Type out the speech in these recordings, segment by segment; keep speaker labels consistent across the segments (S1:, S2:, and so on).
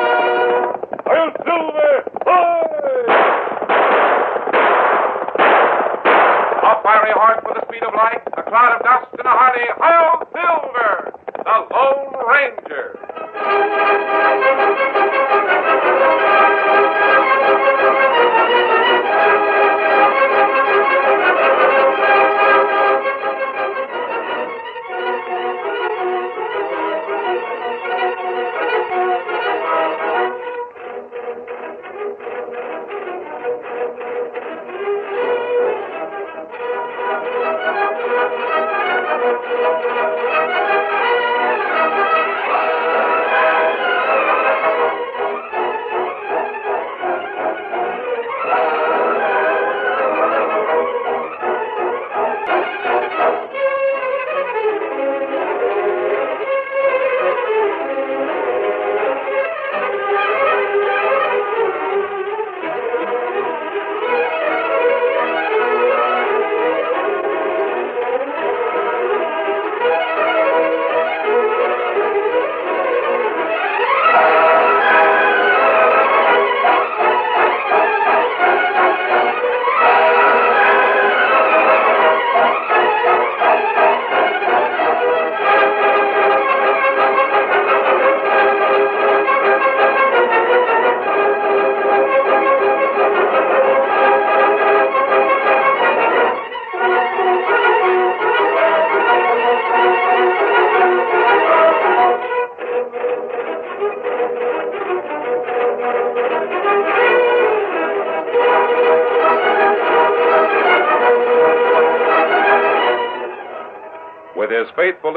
S1: I'll Silver! A fiery horse with the speed of light, a cloud of dust, and a hearty Hail Silver! The Lone Ranger! With his faithful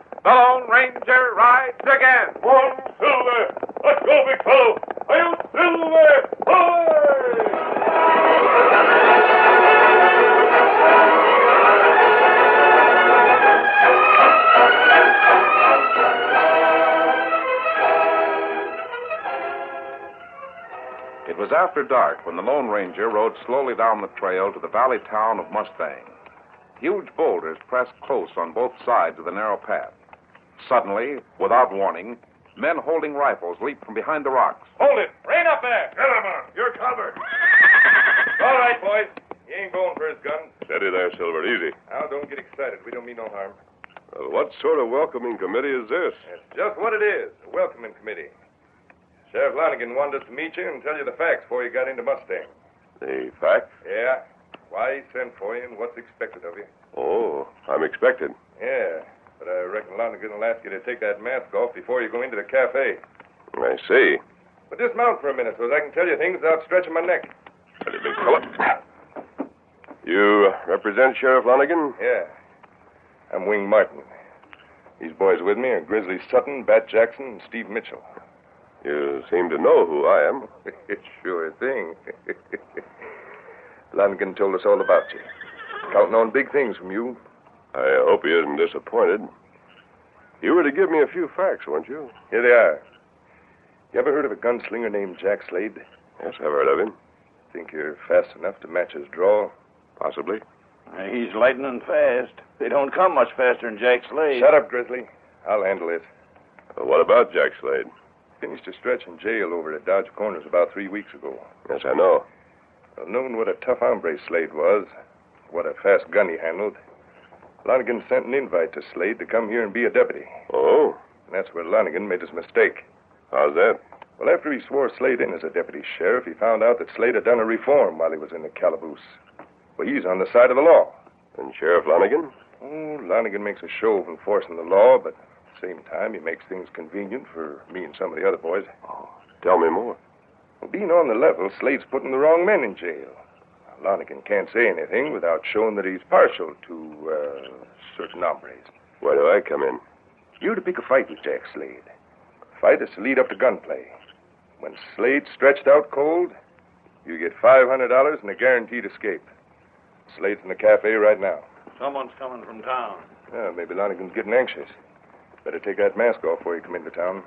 S1: The Lone Ranger rides again. One Silver! Let's go, big fellow! Are you Silver? Hoy! It was after dark when the Lone Ranger rode slowly down the trail to the valley town of Mustang. Huge boulders pressed close on both sides of the narrow path. Suddenly, without warning, men holding rifles leaped from behind the rocks. Hold it! Rain up there! Get him up! You're covered! All right, boys. He ain't going for his gun.
S2: Steady there, Silver. Easy.
S1: Now, don't get excited. We don't mean no harm.
S2: Well, what sort of welcoming committee is this?
S1: That's just what it is a welcoming committee. Sheriff Lonigan wanted us to meet you and tell you the facts before you got into Mustang.
S2: The fact?
S1: Yeah. Why he sent for you and what's expected of you.
S2: Oh, I'm expected.
S1: Yeah, but I reckon Lonigan will ask you to take that mask off before you go into the cafe.
S2: I see.
S1: But dismount for a minute so that I can tell you things without stretching my neck.
S2: Steady, big fella. You uh, represent Sheriff Lonigan?
S1: Yeah. I'm Wing Martin. These boys with me are Grizzly Sutton, Bat Jackson, and Steve Mitchell.
S2: You seem to know who I am.
S1: sure thing. Lonigan told us all about you. Counting on big things from you.
S2: I hope he isn't disappointed. You were to give me a few facts, weren't you?
S1: Here they are. You ever heard of a gunslinger named Jack Slade?
S2: Yes, I've heard of him.
S1: Think you're fast enough to match his draw?
S2: Possibly.
S3: He's lightning fast. They don't come much faster than Jack Slade.
S1: Shut up, Grizzly. I'll handle this.
S2: But what about Jack Slade?
S1: Finished a stretch in jail over at Dodge Corners about three weeks ago.
S2: Yes, I know.
S1: I've known what a tough hombre Slade was, what a fast gun he handled. Lonigan sent an invite to Slade to come here and be a deputy.
S2: Oh,
S1: And that's where Lonigan made his mistake.
S2: how's that?
S1: Well, after he swore Slade in as a deputy sheriff, he found out that Slade had done a reform while he was in the calaboose. Well, he's on the side of the law.
S2: And Sheriff Lonigan?
S1: Oh, Lonigan makes a show of enforcing the law, but same time, he makes things convenient for me and some of the other boys.
S4: Oh.
S1: Tell me more.
S4: Being on the level, Slade's putting the wrong men in jail. Now, Lonigan can't say anything without showing that he's partial to uh, certain hombres.
S1: Where do I come in?
S4: You to pick a fight with Jack Slade. Fight is to lead up to gunplay. When Slade's stretched out cold, you get $500 and a guaranteed escape. Slade's in the cafe right now.
S5: Someone's coming from town.
S4: Yeah, maybe Lonigan's getting anxious. Better take that mask off before you come into town.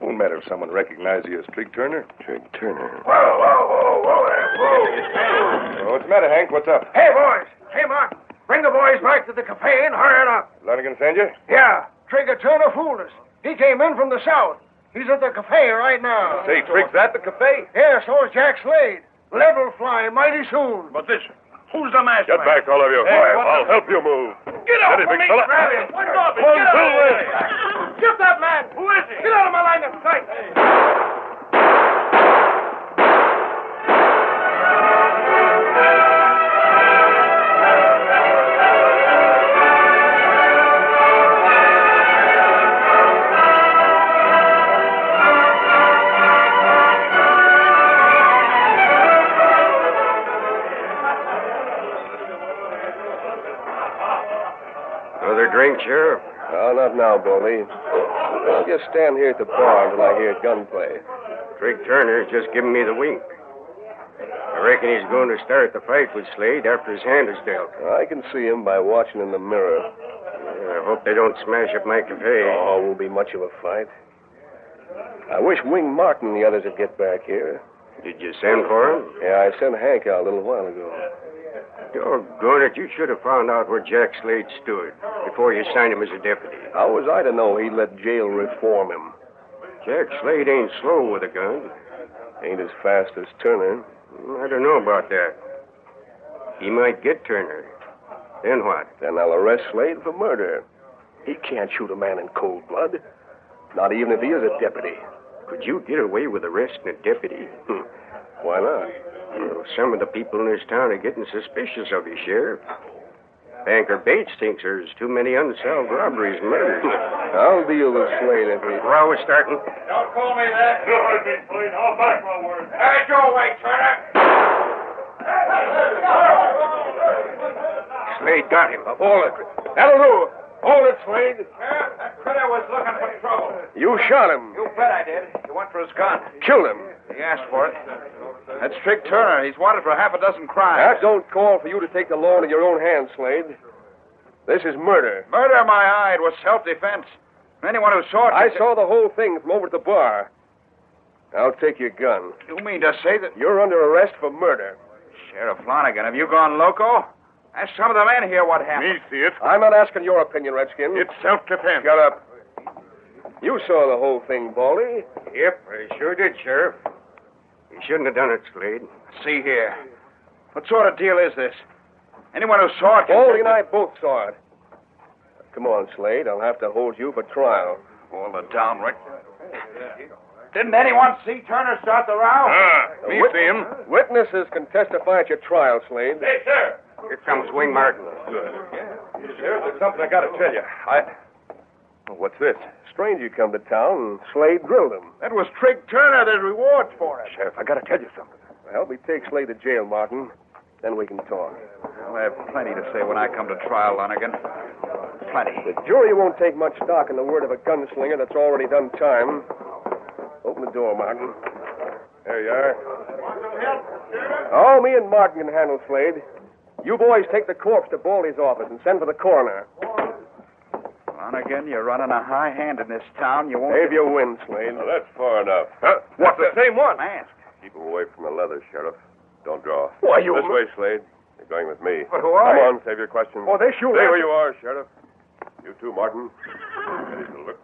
S4: Won't matter if someone recognizes you as Trig Turner.
S1: Trig Turner.
S4: Whoa, whoa, whoa, whoa there. Whoa. what's the matter, Hank? What's up?
S6: Hey, boys. Hey, Martin. Bring the boys back to the cafe and hurry it up.
S4: Lonigan send you?
S6: Yeah, Trigger Turner fooled us. He came in from the south. He's at the cafe right now.
S4: Say, Trig's at the cafe?
S6: Yeah, so is Jack Slade. Level fly mighty soon.
S5: But this, who's the master?
S1: Get back, all of you.
S5: Hey, what
S1: I'll
S5: the-
S1: help you move.
S5: Get off
S1: Steady,
S5: of
S1: big
S5: me,
S1: fella.
S5: grab him. Let go of him.
S1: One,
S5: Get out
S1: two,
S5: of
S1: three.
S6: Get that man. Who is he? Get out of my line of sight.
S4: Another drink, Sheriff?
S1: Oh, not now, Billy. I'll just stand here at the bar until I hear gunplay.
S4: Trig Turner's just giving me the wink. I reckon he's going to start the fight with Slade after his hand is dealt.
S1: I can see him by watching in the mirror.
S4: I hope they don't smash up my cafe.
S1: Oh, it won't be much of a fight. I wish Wing Martin and the others would get back here.
S4: Did you send for him?
S1: Yeah, I sent Hank out a little while ago.
S4: Doggone it, you should have found out where Jack Slade stood before you signed him as a deputy.
S1: How was I to know he'd let jail reform him?
S4: Jack Slade ain't slow with a gun.
S1: Ain't as fast as Turner.
S4: I don't know about that. He might get Turner. Then what?
S1: Then I'll arrest Slade for murder. He can't shoot a man in cold blood. Not even if he is a deputy.
S4: Could you get away with arresting a deputy?
S1: Why not?
S4: Well, some of the people in this town are getting suspicious of you, Sheriff. Banker Bates thinks there's too many unsolved robberies and murders.
S1: I'll deal with Slade if he.
S4: Row is starting.
S7: Don't call me that. You heard me, please. I'll back my word. Hey, go away, Turner.
S4: Slade got him.
S1: Hold it. That'll do. Hold it, Slade.
S7: That critter was looking for trouble.
S1: You shot him.
S7: You bet I did. He went for his gun.
S1: Killed him.
S7: He asked for it. That's Trick Turner. He's wanted for half a dozen crimes.
S1: That don't call for you to take the law into your own hands, Slade. This is murder.
S7: Murder, my eye. It was self-defense. Anyone who saw it...
S1: I saw the whole thing from over at the bar. I'll take your gun.
S7: You mean to say that...
S1: You're under arrest for murder.
S7: Sheriff Flanagan, have you gone loco? Ask some of the men here what happened.
S1: I'm not asking your opinion, Redskin. It's self-defense. Shut up. You saw the whole thing, Baldy.
S4: Yep, I sure did, Sheriff. You shouldn't have done it, Slade.
S7: See here. What sort of deal is this? Anyone who saw it... can-
S1: Baldy and I both saw it. Come on, Slade. I'll have to hold you for trial.
S7: All the downright. Didn't anyone see Turner start the row?
S1: Ah, Me see him. Witnesses can testify at your trial, Slade.
S4: Here comes Wing Martin.
S1: Sheriff, there's something I gotta tell you. I. What's this? Stranger come to town and Slade drilled him.
S7: that was Trig Turner. There's rewards for it.
S1: Sheriff, I gotta tell you something. Well, we take Slade to jail, Martin. Then we can talk.
S7: I'll have plenty to say when I come to trial, Lonigan. Plenty.
S1: The jury won't take much stock in the word of a gunslinger that's already done time. Open the door, Martin. There you are. Oh, me and Martin can handle Slade. You boys take the corpse to Baldy's office and send for the coroner.
S7: Lonigan, you're running a high hand in this town. You won't.
S1: Save your wind, Slade.
S8: that's far enough. Huh?
S1: What's the same one?
S7: mask.
S8: Keep him away from the leather, Sheriff. Don't draw.
S1: Why, you-
S8: This way, Slade. You're going with me.
S1: But who are
S8: Come on, save your questions.
S1: Oh, they shoot.
S8: Stay
S1: at
S8: where you are, Sheriff. You too, Martin. Ready to look.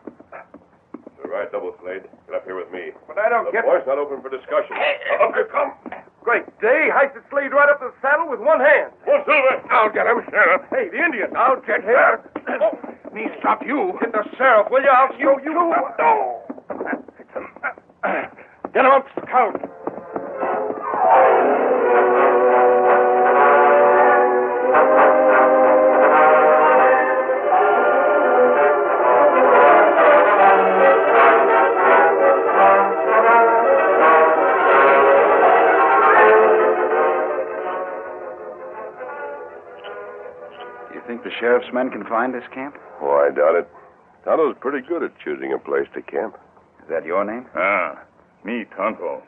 S8: The right double, Slade. Get up here with me.
S1: But I don't
S8: The boy's not open for discussion. up you come.
S1: Great day. Heisted Slade right up to the saddle with one hand.
S8: One silver.
S1: I'll get him, Sheriff. Hey, the Indian. I'll get him. Oh, me stop you. Hit the sheriff, will you? I'll show you. No. Get him up, scout.
S8: Sheriff,
S6: sheriff's men can find this camp?
S9: Oh, I doubt it. Tonto's pretty good at choosing a place to camp.
S6: Is that your name?
S3: Ah, me, Tonto.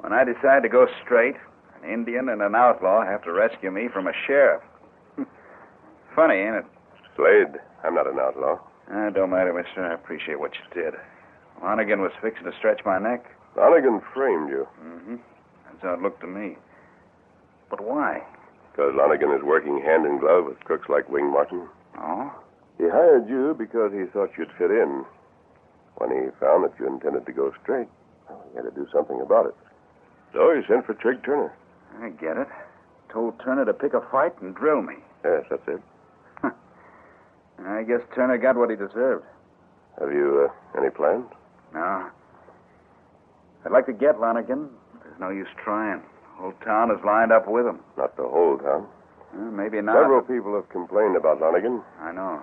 S6: When I decide to go straight, an Indian and an outlaw have to rescue me from a sheriff. Funny, ain't it?
S9: Slade, I'm not an outlaw.
S6: Ah, don't matter, mister. I appreciate what you did. Lonergan was fixing to stretch my neck.
S9: Donegan framed you
S6: Mm-hmm. That's how it looked to me. But why?
S9: because Lonergan is working hand in glove with crooks like Wing Martin.
S6: Oh?
S9: He hired you because he thought you'd fit in. When he found that you intended to go straight, well, he had to do something about it. So he sent for Trig Turner.
S6: I get it. Told Turner to pick a fight and drill me.
S9: Yes, that's it.
S6: I guess Turner got what he deserved.
S9: Have you uh, any plans?
S6: No. I'd like to get Lonergan. There's no use trying. Whole town is lined up with him.
S9: Not the whole town.
S6: Uh, maybe not.
S9: Several people have complained about Lonergan.
S6: I know.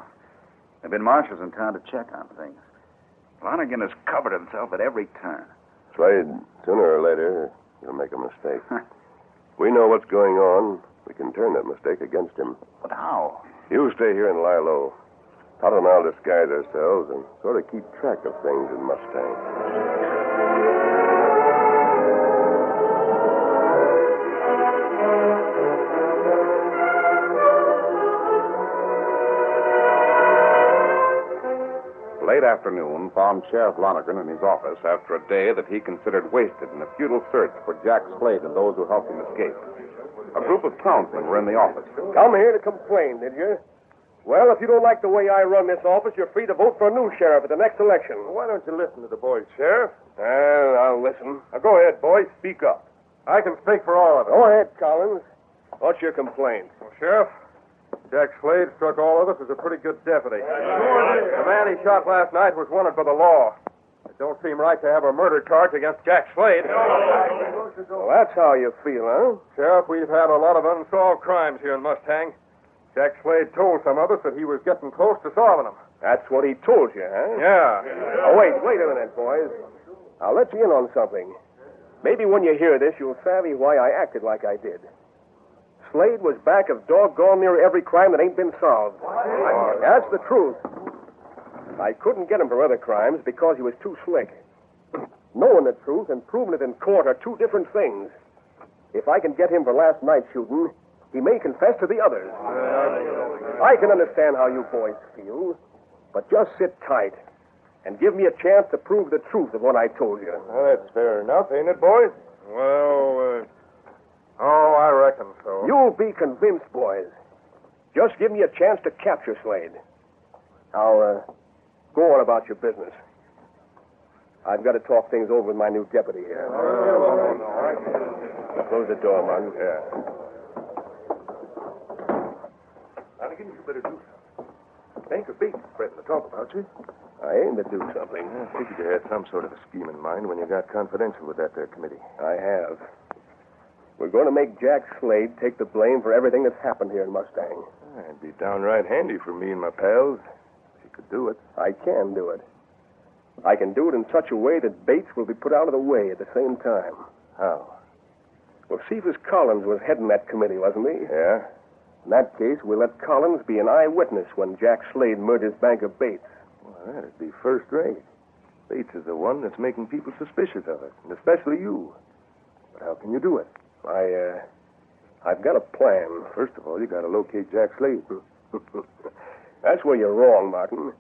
S6: There've been marshals in town to check on things. Lonergan has covered himself at every turn.
S9: Slade, sooner or later, you'll make a mistake. we know what's going on. We can turn that mistake against him.
S6: But how?
S9: You stay here and lie low. Todd and I'll disguise ourselves and sort of keep track of things in Mustang.
S10: Late afternoon found Sheriff Lonergan in his office after a day that he considered wasted in a futile search for Jack Slade and those who helped him escape. A group of townsmen were in the office.
S2: Come here to complain, did you? Well, if you don't like the way I run this office, you're free to vote for a new sheriff at the next election.
S4: Why don't you listen to the boys, Sheriff?
S2: Well, I'll listen.
S4: Now, go ahead, boys. Speak up. I can speak for all of us.
S2: Go ahead, Collins. What's your complaint?
S4: Well, Sheriff, Jack Slade struck all of us as a pretty good deputy. The man he shot last night was wanted by the law. It don't seem right to have a murder charge against Jack Slade.
S2: Well, that's how you feel, huh?
S4: Sheriff, we've had a lot of unsolved crimes here in Mustang. Jack Slade told some of us that he was getting close to solving them.
S2: That's what he told you, huh?
S4: Yeah.
S2: Oh, wait, wait a minute, boys. I'll let you in on something. Maybe when you hear this, you'll savvy why I acted like I did. Slade was back of doggone near every crime that ain't been solved. That's the truth. I couldn't get him for other crimes because he was too slick. Knowing the truth and proving it in court are two different things. If I can get him for last night's shooting, he may confess to the others. I can understand how you boys feel, but just sit tight and give me a chance to prove the truth of what I told you.
S4: Well, that's fair enough, ain't it, boys? Well, uh, oh, I reckon so.
S2: You'll be convinced, boys. Just give me a chance to capture Slade. Now, uh, go on about your business. I've got to talk things over with my new deputy here. Close the door, Martin. Yeah.
S4: Lonergan, you better do something. Bank or beat, spreading the talk about you.
S2: I aim to do something.
S4: I figured you had some sort of a scheme in mind when you got confidential with that there committee.
S2: I have. We're going to make Jack Slade take the blame for everything that's happened here in Mustang.
S4: It'd be downright handy for me and my pals if you could do it.
S2: I can do it. I can do it in such a way that Bates will be put out of the way at the same time.
S4: How?
S2: Well, Cephas Collins was heading that committee, wasn't he?
S4: Yeah?
S2: In that case, we'll let Collins be an eyewitness when Jack Slade murders Banker Bates.
S4: Well, that'd be first rate. Bates is the one that's making people suspicious of us, and especially you. But how can you do it?
S2: I, uh, I've got a plan.
S4: First of all, you gotta locate Jack Slade.
S2: That's where you're wrong, Martin.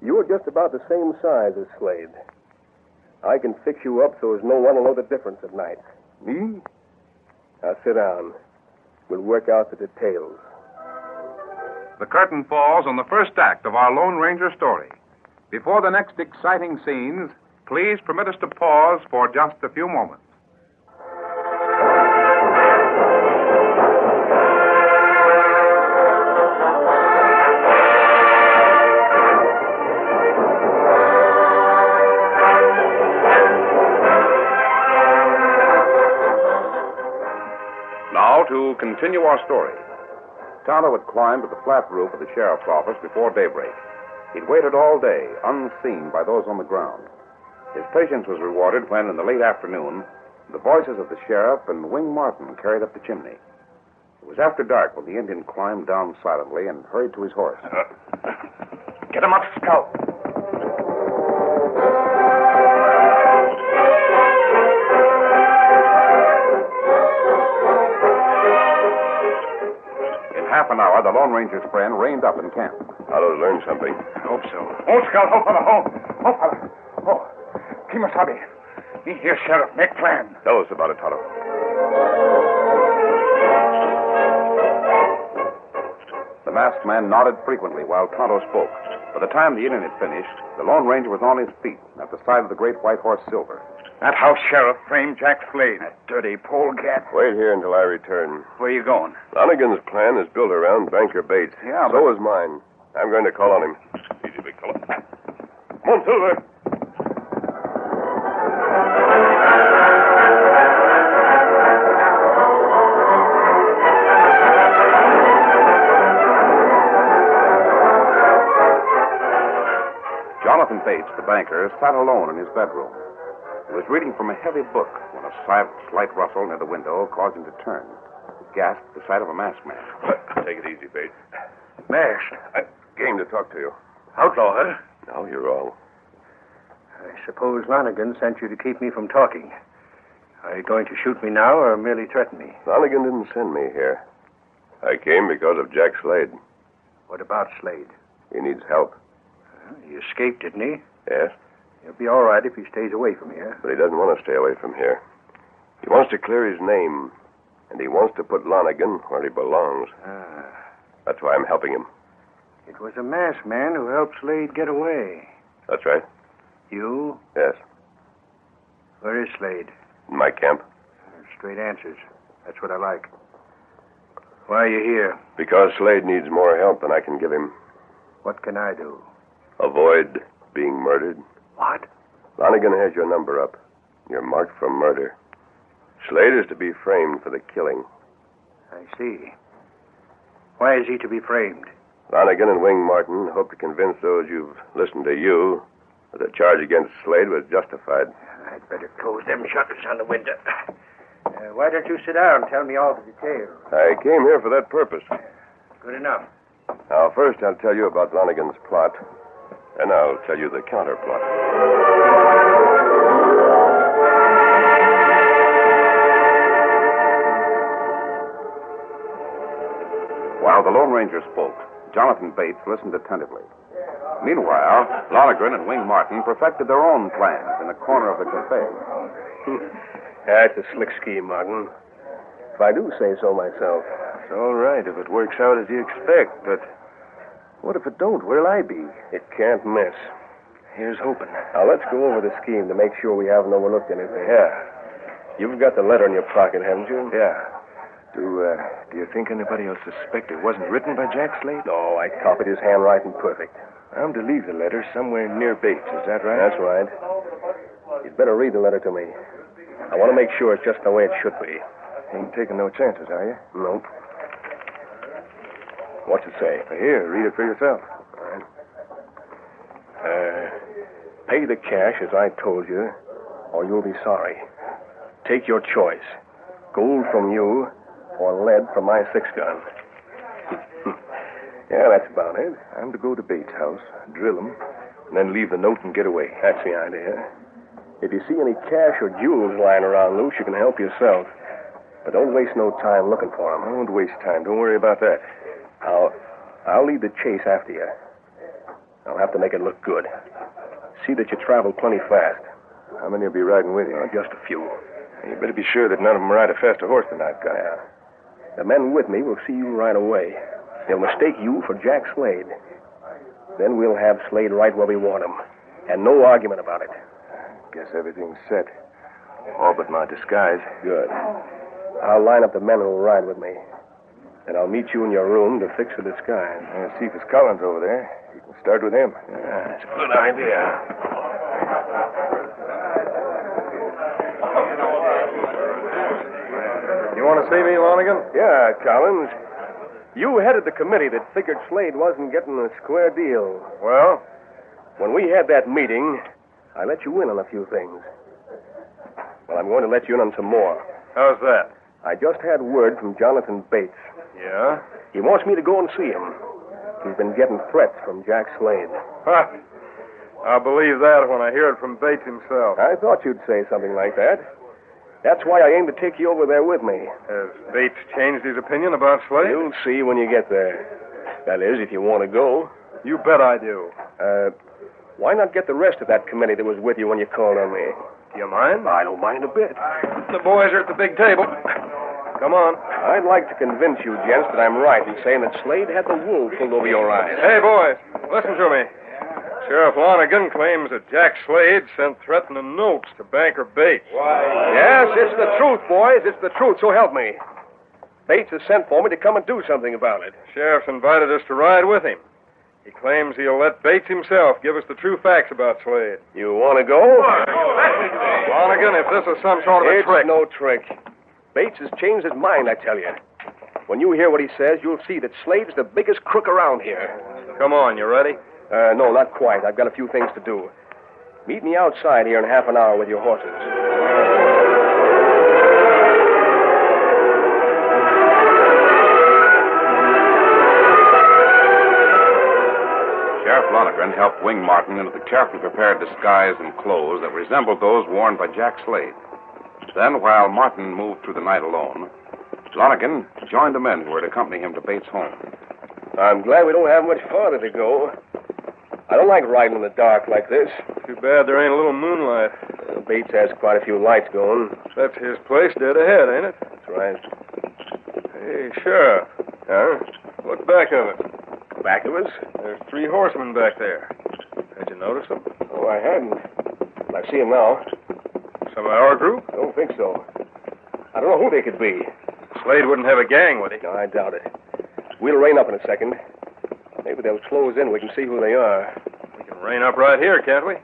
S2: You're just about the same size as Slade. I can fix you up so as no one will know the difference at night.
S4: Me?
S2: Now sit down. We'll work out the details.
S1: The curtain falls on the first act of our Lone Ranger story. Before the next exciting scenes, please permit us to pause for just a few moments.
S9: Now to continue our story.
S10: Tonto had climbed to the flat roof of the sheriff's office before daybreak. He'd waited all day, unseen by those on the ground. His patience was rewarded when, in the late afternoon, the voices of the sheriff and Wing Martin carried up the chimney.
S1: It was after dark when the Indian climbed down silently and hurried to his horse.
S6: Uh, Get him up, Scout.
S1: In half an hour, the Lone Ranger's friend reined up in camp.
S4: I'll learn something.
S6: I hope so. Hold, Scout. Hold, fella. Hold. Hold, fella. Hold. oh, Kimasabi. Me here, Sheriff. Make plan.
S4: Tell us about it, Toto.
S1: The masked man nodded frequently while Tonto spoke. By the time the Indian had finished, the Lone Ranger was on his feet at the side of the great white horse, Silver.
S6: That house sheriff framed Jack Slade. That dirty polecat.
S4: Wait here until I return.
S6: Where you going?
S4: Lonigan's plan is built around Banker Bates.
S6: Yeah,
S4: So is mine. I'm going to call on him. Easy, big fellow. Come on, Silver.
S1: Jonathan Bates, the banker, sat alone in his bedroom. He was reading from a heavy book when a slight, slight rustle near the window caused him to turn. He gasped the sight of a masked man.
S4: Take it easy, Bates.
S6: Mashed.
S4: I game to talk to you.
S6: Outlaw, huh?
S4: No, you're wrong.
S11: I suppose Lonigan sent you to keep me from talking. Are you going to shoot me now or merely threaten me?
S4: Lonigan didn't send me here. I came because of Jack Slade.
S11: What about Slade?
S4: He needs help.
S11: He escaped, didn't he?
S4: Yes,
S11: He'll be all right if he stays away from here.
S4: but he doesn't want to stay away from here. He wants to clear his name, and he wants to put Lonigan where he belongs.
S11: Ah,
S4: That's why I'm helping him.
S11: it was a masked man who helped Slade get away.
S4: That's right.
S11: You?
S4: Yes,
S11: Where is Slade?
S4: in my camp.
S11: Straight answers. That's what I like. Why are you here?
S4: Because Slade needs more help than I can give him.
S11: What can I do?
S4: Avoid being murdered.
S11: What?
S4: Lonigan has your number up. You're marked for murder. Slade is to be framed for the killing.
S11: I see. Why is he to be framed?
S4: Lonigan and Wing Martin hope to convince those you've listened to you that the charge against Slade was justified.
S11: I'd better close them shutters on the window. Uh, why don't you sit down and tell me all the details?
S4: I came here for that purpose.
S11: Good enough.
S4: Now, first I'll tell you about Lonigan's plot, and I'll tell you the counter plot.
S1: While the Lone Ranger spoke, Jonathan Bates listened attentively. Meanwhile, Lonergan and Wing Martin perfected their own plans in a corner of the cafe.
S2: That's a slick scheme, Martin. If I do say so myself.
S6: It's all right if it works out as you expect, but
S2: What if it don't? Where'll I be? It can't miss.
S6: here's hoping.
S2: Now, let's go over the scheme to make sure we haven't overlooked anything. Yeah. You've got the letter in your pocket, haven't you?
S6: Yeah. Do, uh, do you think anybody will suspect it wasn't written by Jack Slade?
S2: No, I copied his handwriting perfect.
S6: I'm to leave the letter somewhere near Bates. Is that right?
S2: That's right. You'd better read the letter to me. I want to make sure it's just the way it should be.
S6: Ain't taking no chances, are you?
S2: Nope. What's it say?
S6: Here, read it for yourself.
S2: Uh, pay the cash as I told you, or you'll be sorry. Take your choice gold from you or lead from my six gun. yeah, that's about it.
S6: I'm to go to Bates' house, drill him,
S2: And then leave the note and get away. That's the idea. If you see any cash or jewels lying around loose, you can help yourself. But don't waste no time looking for 'em.
S6: I won't waste time. Don't worry about that.
S2: I'll, I'll lead the chase after you. I'll have to make it look good. See that you travel plenty fast.
S6: How many will be riding with you?
S2: Uh, just a few.
S6: You better be sure that none of them ride a faster horse than I've got.
S2: Yeah. The men with me will see you right away. They'll mistake you for Jack Slade. Then we'll have Slade right where we want him. And no argument about it.
S6: Guess everything's set. All but my disguise.
S2: Good. I'll line up the men who'll ride with me. And I'll meet you in your room to fix the disguise.
S6: Uh, Cephas Collins over there. You can start with him. that's a good idea.
S2: You want to see me, Lonigan? Yeah, Collins. You headed the committee that figured Slade wasn't getting a square deal. Well? When we had that meeting, I let you in on a few things. Well, I'm going to let you in on some more.
S6: How's that?
S2: I just had word from Jonathan Bates.
S4: Yeah?
S2: He wants me to go and see him. He's been getting threats from Jack Slade.
S4: Huh. I believe that when I hear it from Bates himself.
S2: I thought you'd say something like that. That's why I aim to take you over there with me.
S4: Has Bates changed his opinion about Slade?
S2: You'll see when you get there. That is, if you want to go.
S4: You bet I do.
S2: Uh, why not get the rest of that committee that was with you when you called on me?
S4: Do you mind?
S2: I don't mind a bit.
S4: The boys are at the big table. Come on.
S2: I'd like to convince you, gents, that I'm right in saying that Slade had the wool pulled over your eyes.
S4: Hey, boys, listen to me. Sheriff Lonergan claims that Jack Slade sent threatening notes to Banker Bates.
S2: Why? Yes, it's the truth, boys. It's the truth, so help me. Bates has sent for me to come and do something about it.
S4: Sheriff's invited us to ride with him. He claims he'll let Bates himself give us the true facts about Slade.
S2: You want to go?
S4: Lonergan, if this is some sort of a
S2: it's
S4: trick.
S2: no trick. Bates has changed his mind, I tell you. When you hear what he says, you'll see that Slade's the biggest crook around here.
S4: Come on, you ready?
S2: Uh, no, not quite. I've got a few things to do. Meet me outside here in half an hour with your horses.
S1: Sheriff Lonergan helped Wing Martin into the carefully prepared disguise and clothes that resembled those worn by Jack Slade. Then, while Martin moved through the night alone, Lonergan joined the men who were to accompany him to Bates' home.
S2: I'm glad we don't have much farther to go. I don't like riding in the dark like this.
S4: Too bad there ain't a little moonlight.
S2: Uh, Bates has quite a few lights going.
S4: That's his place dead ahead, ain't it?
S2: That's right.
S4: Hey, Sheriff.
S2: Huh?
S4: Look back of it.
S2: Back of us?
S4: There's three horsemen back there. Did you notice them?
S2: Oh, I hadn't. I see him now.
S4: Some of our group?
S2: I don't think so. I don't know who they could be.
S4: Slade wouldn't have a gang, would he?
S2: No, I doubt it. We'll rein up in a second. Maybe they'll close in. We can see who they are.
S4: We can rein up right here, can't we?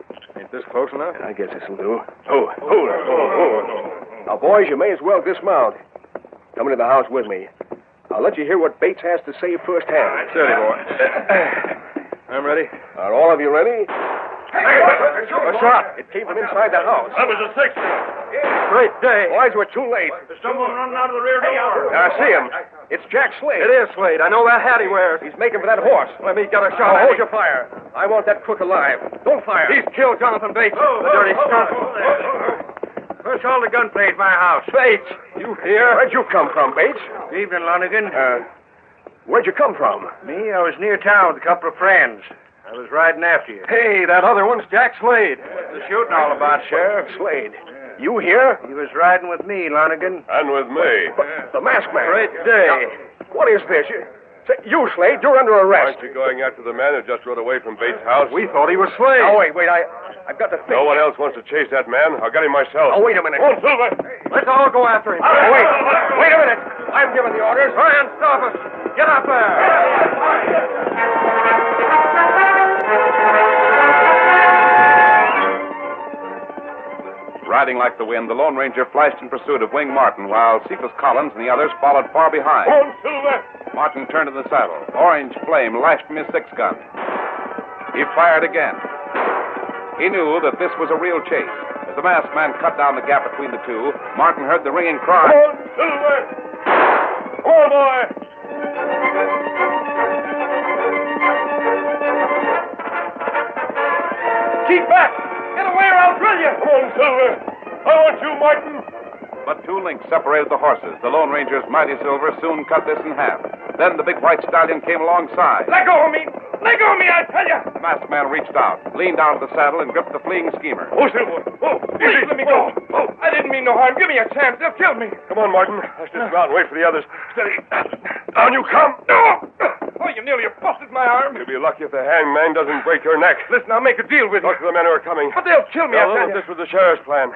S4: Ain't this close enough?
S2: I guess this'll do. Oh, hold on. Oh, oh. Now, boys, you may as well dismount. Come into the house with me. I'll let you hear what Bates has to say firsthand.
S4: Steady, boy. I'm ready.
S2: Are all of you ready?
S4: Hey, what's
S2: A shot. It came from inside the house.
S12: That was a six.
S4: Great day.
S2: Boys, we're too late.
S12: There's someone running out of the rear door.
S2: I see him. It's Jack Slade.
S4: It is Slade. I know that hat he wears.
S2: He's making for that horse.
S4: Let me get a shot.
S2: Now, hold your fire. I want that crook alive. Don't fire.
S4: He's killed Jonathan Bates, the dirty scoundrel.
S12: First all the gunplay at my house.
S4: Bates, you here?
S2: Where'd you come from, Bates?
S12: Evening, Lonigan.
S2: Uh, where'd you come from?
S12: Me? I was near town with a couple of friends. I was riding after you.
S4: Hey, that other one's Jack Slade.
S12: What's the shooting all about,
S2: Sheriff Slade. You here?
S12: He was riding with me, Lonigan.
S13: And with me.
S2: But the masked man.
S4: Great day.
S2: Now, what is this? You, say, you, Slade, you're under arrest.
S13: Aren't you going after the man who just rode away from Bates' house?
S4: We thought he was Slade.
S2: Oh, wait, wait. I, I've got to think.
S13: No one else wants to chase that man. I'll get him myself.
S2: Oh, wait a minute.
S13: Oh, Silver!
S4: Let's all go after him.
S2: Oh, wait. Wait a minute. I'm giving the orders.
S4: Try and stop us. Get up there.
S1: Riding like the wind, the Lone Ranger flashed in pursuit of Wing Martin, while Cephas Collins and the others followed far behind.
S13: Oh, Silver!
S1: Martin turned to the saddle. Orange flame lashed from his six gun. He fired again. He knew that this was a real chase. As the masked man cut down the gap between the two, Martin heard the ringing
S13: Come
S1: cry.
S13: on, Silver! Come on, boy!
S2: Keep back. Get away or I'll drill you.
S13: Come on, Silver! I want you, Martin!
S1: But two links separated the horses. The Lone Ranger's mighty silver soon cut this in half. Then the big white stallion came alongside.
S2: Let go of me. Let go of me, I tell you.
S1: The masked man reached out, leaned out of the saddle, and gripped the fleeing schemer.
S2: Oh, Silver. Oh, please let me go. Oh, I didn't mean no harm. Give me a chance. They'll kill me.
S13: Come on, Martin. Let's just go out and wait for the others. Steady. Down you come.
S2: No. Oh, you nearly busted my arm.
S13: You'll be lucky if the hangman doesn't break your neck.
S2: Listen, I'll make a deal with you.
S13: Look for the men who are coming.
S2: But they'll kill me, I
S13: Tell
S2: tell
S13: them that
S2: you.
S13: this was the sheriff's plan.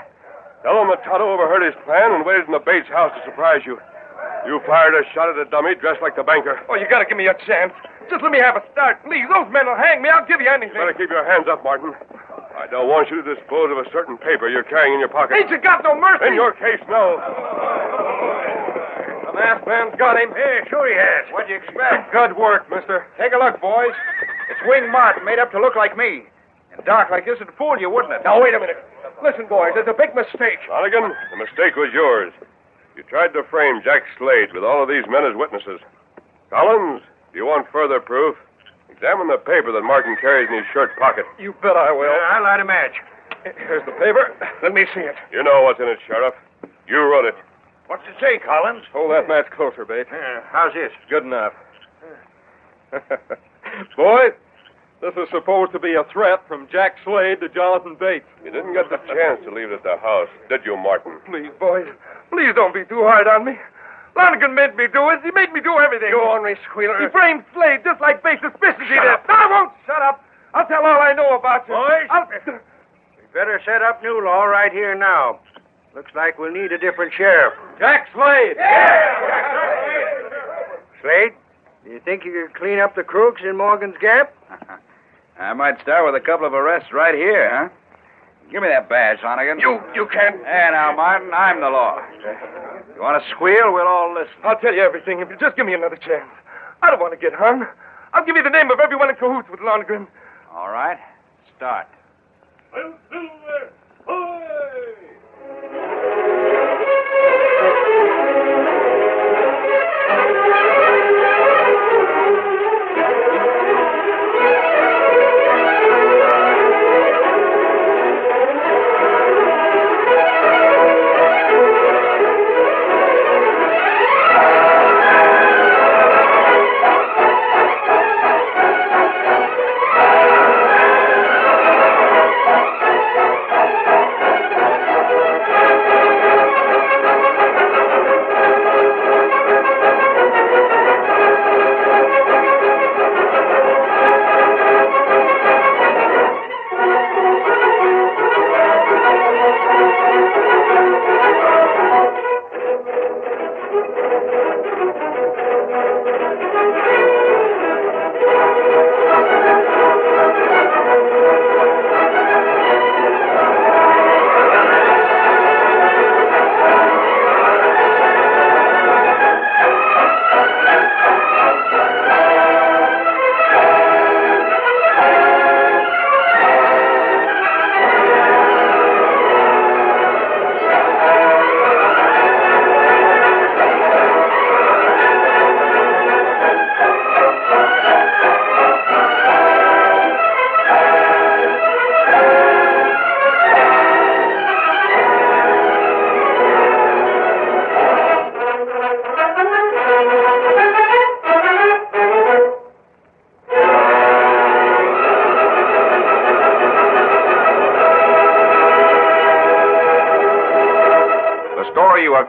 S13: Tell them that Tonto overheard his plan and waited in the Bates house to surprise you. You fired a shot at a dummy dressed like the banker.
S2: Oh, you gotta give me a chance. Just let me have a start, please. Those men will hang me. I'll give you anything.
S13: Better keep your hands up, Martin. I don't want you to dispose of a certain paper you're carrying in your pocket.
S2: Ain't you got no mercy?
S13: In your case, no.
S4: The masked man's got him.
S12: Yeah, sure he has.
S4: What'd you expect? Good work, mister. Take a look, boys. It's Wing Martin made up to look like me. And dark like this would fool you, wouldn't it?
S2: Now, wait a minute. Listen, boys, there's a big mistake.
S13: Donegan, the mistake was yours.
S4: You tried to frame Jack Slade with all of these men as witnesses. Collins, do you want further proof? Examine the paper that Martin carries in his shirt pocket.
S1: You bet I will. I'll light a match.
S4: Here's the paper.
S1: Let me see it.
S4: You know what's in it, Sheriff. You wrote it.
S1: What's it say, Collins?
S14: Hold that match closer, Bates.
S1: Uh, how's this?
S14: Good enough. Boy, this is supposed to be a threat from Jack Slade to Jonathan Bates.
S4: You didn't get the chance to leave it at the house, did you, Martin?
S1: Please, boys, please don't be too hard on me. Lonigan made me do it. He made me do everything.
S15: You ornery squealer.
S1: He framed Slade just like Bates suspicious he
S15: Shut
S1: did.
S15: up.
S1: No, I won't shut up. I'll tell all I know about you.
S15: Boys.
S1: I'll...
S15: We better set up new law right here now. Looks like we'll need a different sheriff.
S1: Jack Slade.
S15: Slade, do you think you could clean up the crooks in Morgan's Gap?
S6: I might start with a couple of arrests right here, huh? Give me that badge, Lonigan.
S1: You, you can't.
S6: Hey, now, Martin, I'm the law. You want to squeal? We'll all listen.
S1: I'll tell you everything if you just give me another chance. I don't want to get hung. I'll give you the name of everyone in cahoots with Lonigan.
S6: All right, start.
S16: The story you have